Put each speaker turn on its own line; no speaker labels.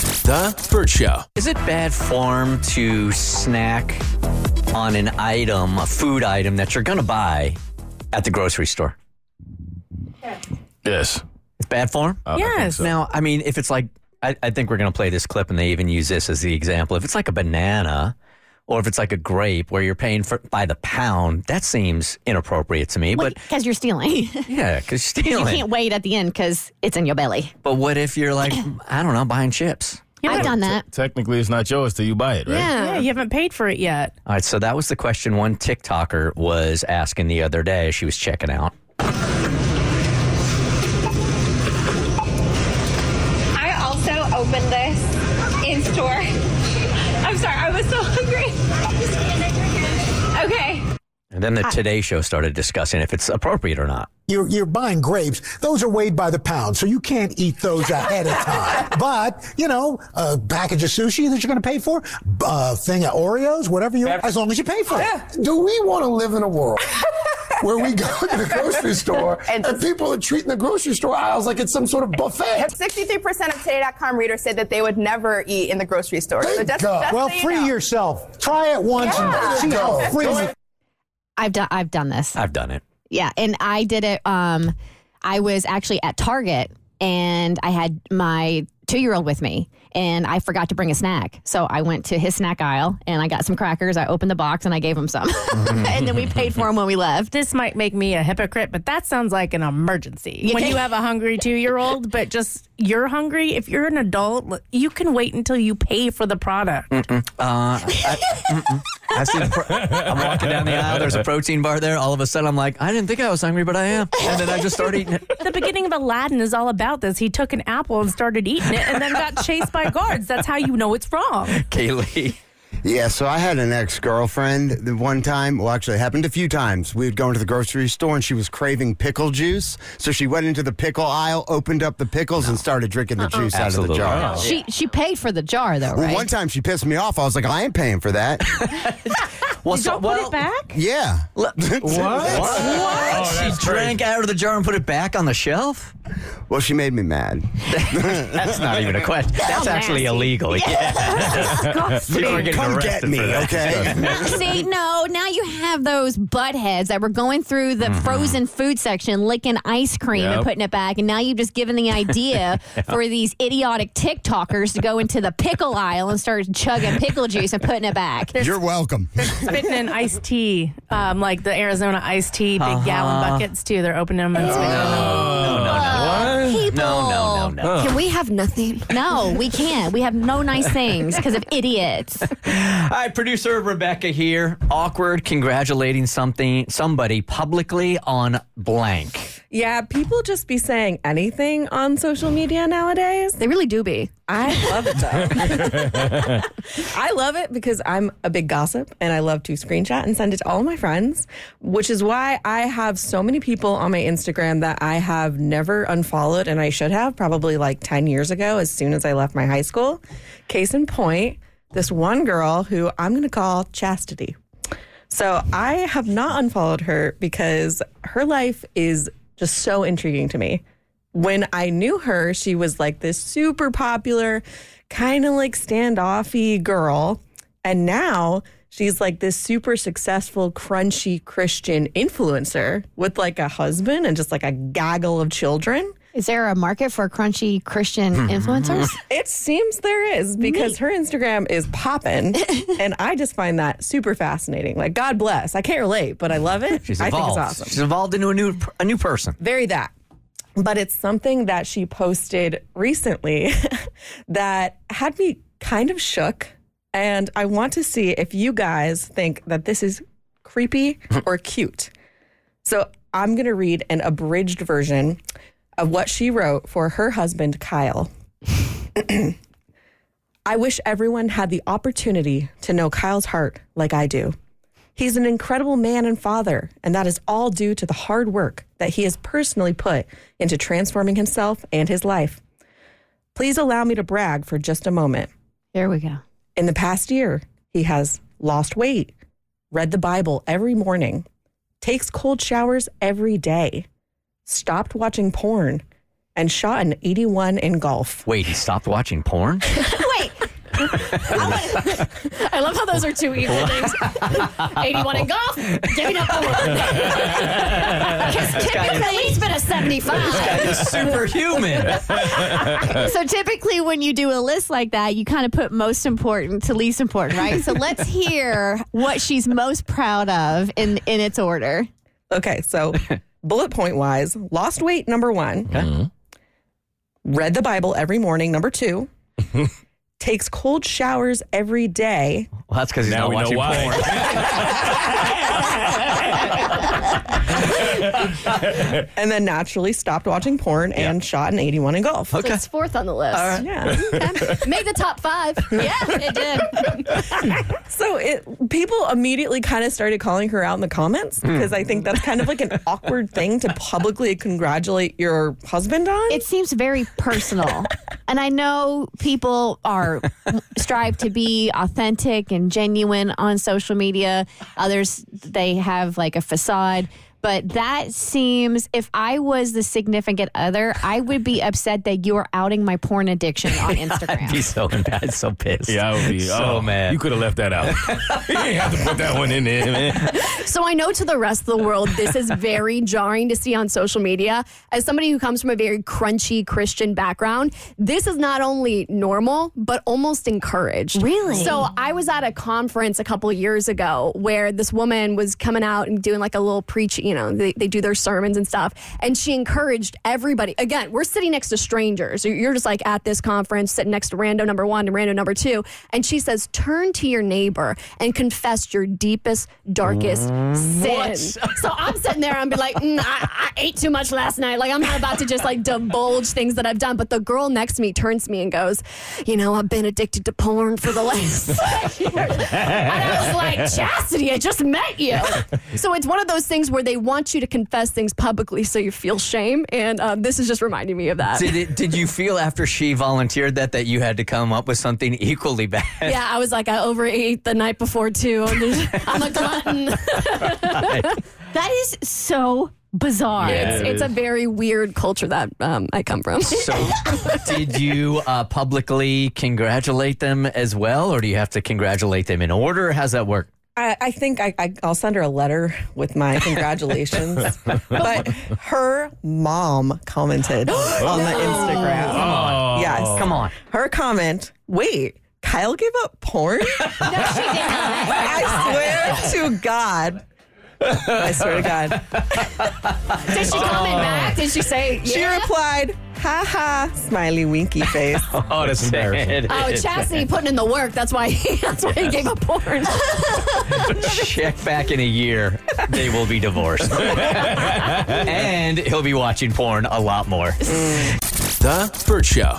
The Burt Show.
Is it bad form to snack on an item, a food item that you're going to buy at the grocery store?
Yes.
It's bad form?
I don't think
Yes.
so.
Now, I mean, if it's like, I, I think we're going to play this clip and they even use this as the example. If it's like a banana or if it's like a grape where you're paying for by the pound, that seems inappropriate to me. But
Because you're stealing. you
yeah, because stealing.
can't wait at the end because it's in your belly.
but what if you're like, I don't know, buying chips?
I've done that.
Technically, it's not yours till you buy it, right?
Yeah.
Yeah, you haven't paid for it yet.
All right, so that was the question one TikToker was asking the other day. She was checking out.
I also opened this in store. I'm sorry, I was so hungry. Okay.
And then the Today Show started discussing if it's appropriate or not.
you're, you're buying grapes. Those are weighed by the pound, so you can't eat those ahead of time. but, you know, a package of sushi that you're going to pay for, a thing of Oreos, whatever you as long as you pay for it.
Do we want to live in a world where we go to the grocery store
And-
and, people are treating the grocery store aisles like it's some sort of buffet?
63% of Today.com readers said that they would never eat in the grocery store.
Thank
just-
God.
just
Well,
so you
free
know.
yourself. Try it once
Yeah.
and see how free you
I've done I've done this.
I've done it.
Yeah, and I did it. Um, I was actually at Target, and I had my two-year-old with me, and I forgot to bring a snack. So I went to his snack aisle, and I got some crackers. I opened the box, and I gave him some, and then we paid for them when we left.
This might make me a hypocrite, but that sounds like an emergency.
Yeah.
When you have a hungry two year old, but just you're hungry, if you're an adult, l- you can wait until you pay for the product.
I see the pro- I'm walking down the aisle. There's a protein bar there. All of a sudden, I'm like, I didn't think I was hungry, but I am. And then I just start eating it.
The beginning of Aladdin is all about this. He took an apple and started eating it and then got chased by guards. That's how you know it's wrong.
Kaylee.
Yeah, so I had an ex girlfriend the one time. Well, actually, it happened a few times. We would go into the grocery store and she was craving pickle juice. So she went into the pickle aisle, opened up the pickles, and started drinking the juice out of
Absolutely
the jar.
not.
Uh-uh. She she paid for the jar though,
Oh, Well,
right?
one time she pissed me off. I was like, I ain't paying for that.
Well,
Don't put it back.
yeah.
What?
Oh,
she
that's
drank out of the jar and put it back on the shelf?
Well, she made me mad.
That's not even a question. That's actually illegal. Yeah. People are getting
Come
arrested
get me,
for that.
okay?
See, no, now you have those butt heads that were going through the
Mm-hmm.
frozen food section, licking ice cream
Yep.
and putting it back, and now you've just given the idea for these idiotic TikTokers to go into the pickle aisle and start chugging pickle juice and putting it back.
You're welcome.
Spitting in iced tea, um, like the Arizona iced tea, big gallon Uh-huh. Oh, buckets, too. They're opening them and spitting in them.
Oh, No, no, no.
People.
No, no, no, no.
Can we have nothing?
No, we can't. We have no nice things because of idiots.
Hi, producer Rebecca here. Awkward congratulating something somebody publicly on blank.
Yeah, people just be saying anything on social media nowadays.
They really do be.
I love it though. I love it because I'm a big gossip and I love to screenshot and send it to all my friends, which is why I have so many people on my Instagram that I have never unfollowed and I should have probably like 10 years ago as soon as I left my high school. Case in point, this one girl who I'm going to call Chastity. So I have not unfollowed her because her life is just so intriguing to me. When I knew her, she was like this super popular, kind of like standoffy girl. And now she's like this super successful, crunchy Christian influencer with like a husband and just like a gaggle of children.
Is there a market for crunchy Christian
Hmm.
influencers?
It seems there is because her Instagram is poppin', and I just find that super fascinating. Like, God bless. I can't relate, but I love it.
She's
I
evolved.
think it's awesome.
She's evolved into a new a new person.
Very that. But it's something that she posted recently that had me kind of shook. And I want to see if you guys think that this is creepy or cute. So I'm going to read an abridged version of what she wrote for her husband, Kyle. I wish everyone had the opportunity to know Kyle's heart like I do. He's an incredible man and father, and that is all due to the hard work that he has personally put into transforming himself and his life. Please allow me to brag for just a moment.
There we go.
In the past year, he has lost weight, read the Bible every morning, takes cold showers every day, stopped watching porn, and shot an 81 in golf.
Wait, he stopped watching porn?
Wait, I love how those are two equal things. 81 in golf, giving up the Because typically, at least been a 75.
It's superhuman.
So typically, when you do a list like that, you kind of put most important to least important, right? So let's hear what she's most proud of in in its order.
Okay, so bullet point wise, lost weight number one. Read the Bible every morning number two. takes cold showers every day.
Well, that's because he's
Now
not
we know
watching
why.
porn.
and then naturally stopped watching porn and shot an 81 in golf.
Okay.
It's fourth on the list.
Yeah.
Made the top five. Yeah, it did.
So it people immediately kind of started calling her out in the comments because I think that's kind of like an awkward thing to publicly congratulate your husband on.
It seems very personal, and I know people are strive to be authentic and genuine on social media. Others they have like a facade. But that seems, if I was the significant other, I would be upset that you are outing my porn addiction on Instagram.
I'd be so mad, so pissed.
Yeah, I would be.
so
oh,
mad.
You could have left that out. you didn't have to put that one in there, man.
So I know to the rest of the world, this is very jarring to see on social media. As somebody who comes from a very crunchy Christian background, this is not only normal, but almost encouraged.
Really?
So I was at a conference a couple years ago where this woman was coming out and doing like a little preach, you know, they, they do their sermons and stuff. And she encouraged everybody. Again, we're sitting next to strangers. You're- You're just like at this conference, sitting next to rando number one and rando number two. And she says, turn to your neighbor and confess your deepest, darkest sin. So I'm sitting there, I'm be like, mm, I, I ate too much last night. Like I'm not about to just like divulge things that I've done. But the girl next to me turns to me and goes, you know, I've been addicted to porn for the last six years. And I was like, Chastity, I just met you. So it's one of those things where they want you to confess things publicly so you feel shame. And um, this is just reminding me of that.
Did, it, did you feel after she volunteered that that you had to come up with something equally bad?
Yeah, I was like, I overate the night before too. I'm a glutton.
That is so bizarre.
Yeah,
it's,
it
it's a
is.
very weird culture that um, I come from.
So, did you uh, publicly congratulate them as well, or do you have to congratulate them in order? How's that work?
I, I think I, I, I'll send her a letter with my congratulations. but her mom commented on the Instagram.
Oh,
Yes.
Come on.
Her comment, wait, Kyle gave up porn? I swear to God. I swear to God.
Did she comment back? Did she say?
She
yeah?
replied, ha ha, smiley winky face.
Oh, that's embarrassing.
Oh, Chastity putting in the work. That's why. That's why he gave up porn.
Check back in a year. They will be divorced. and he'll be watching porn a lot more.
The Burt Show.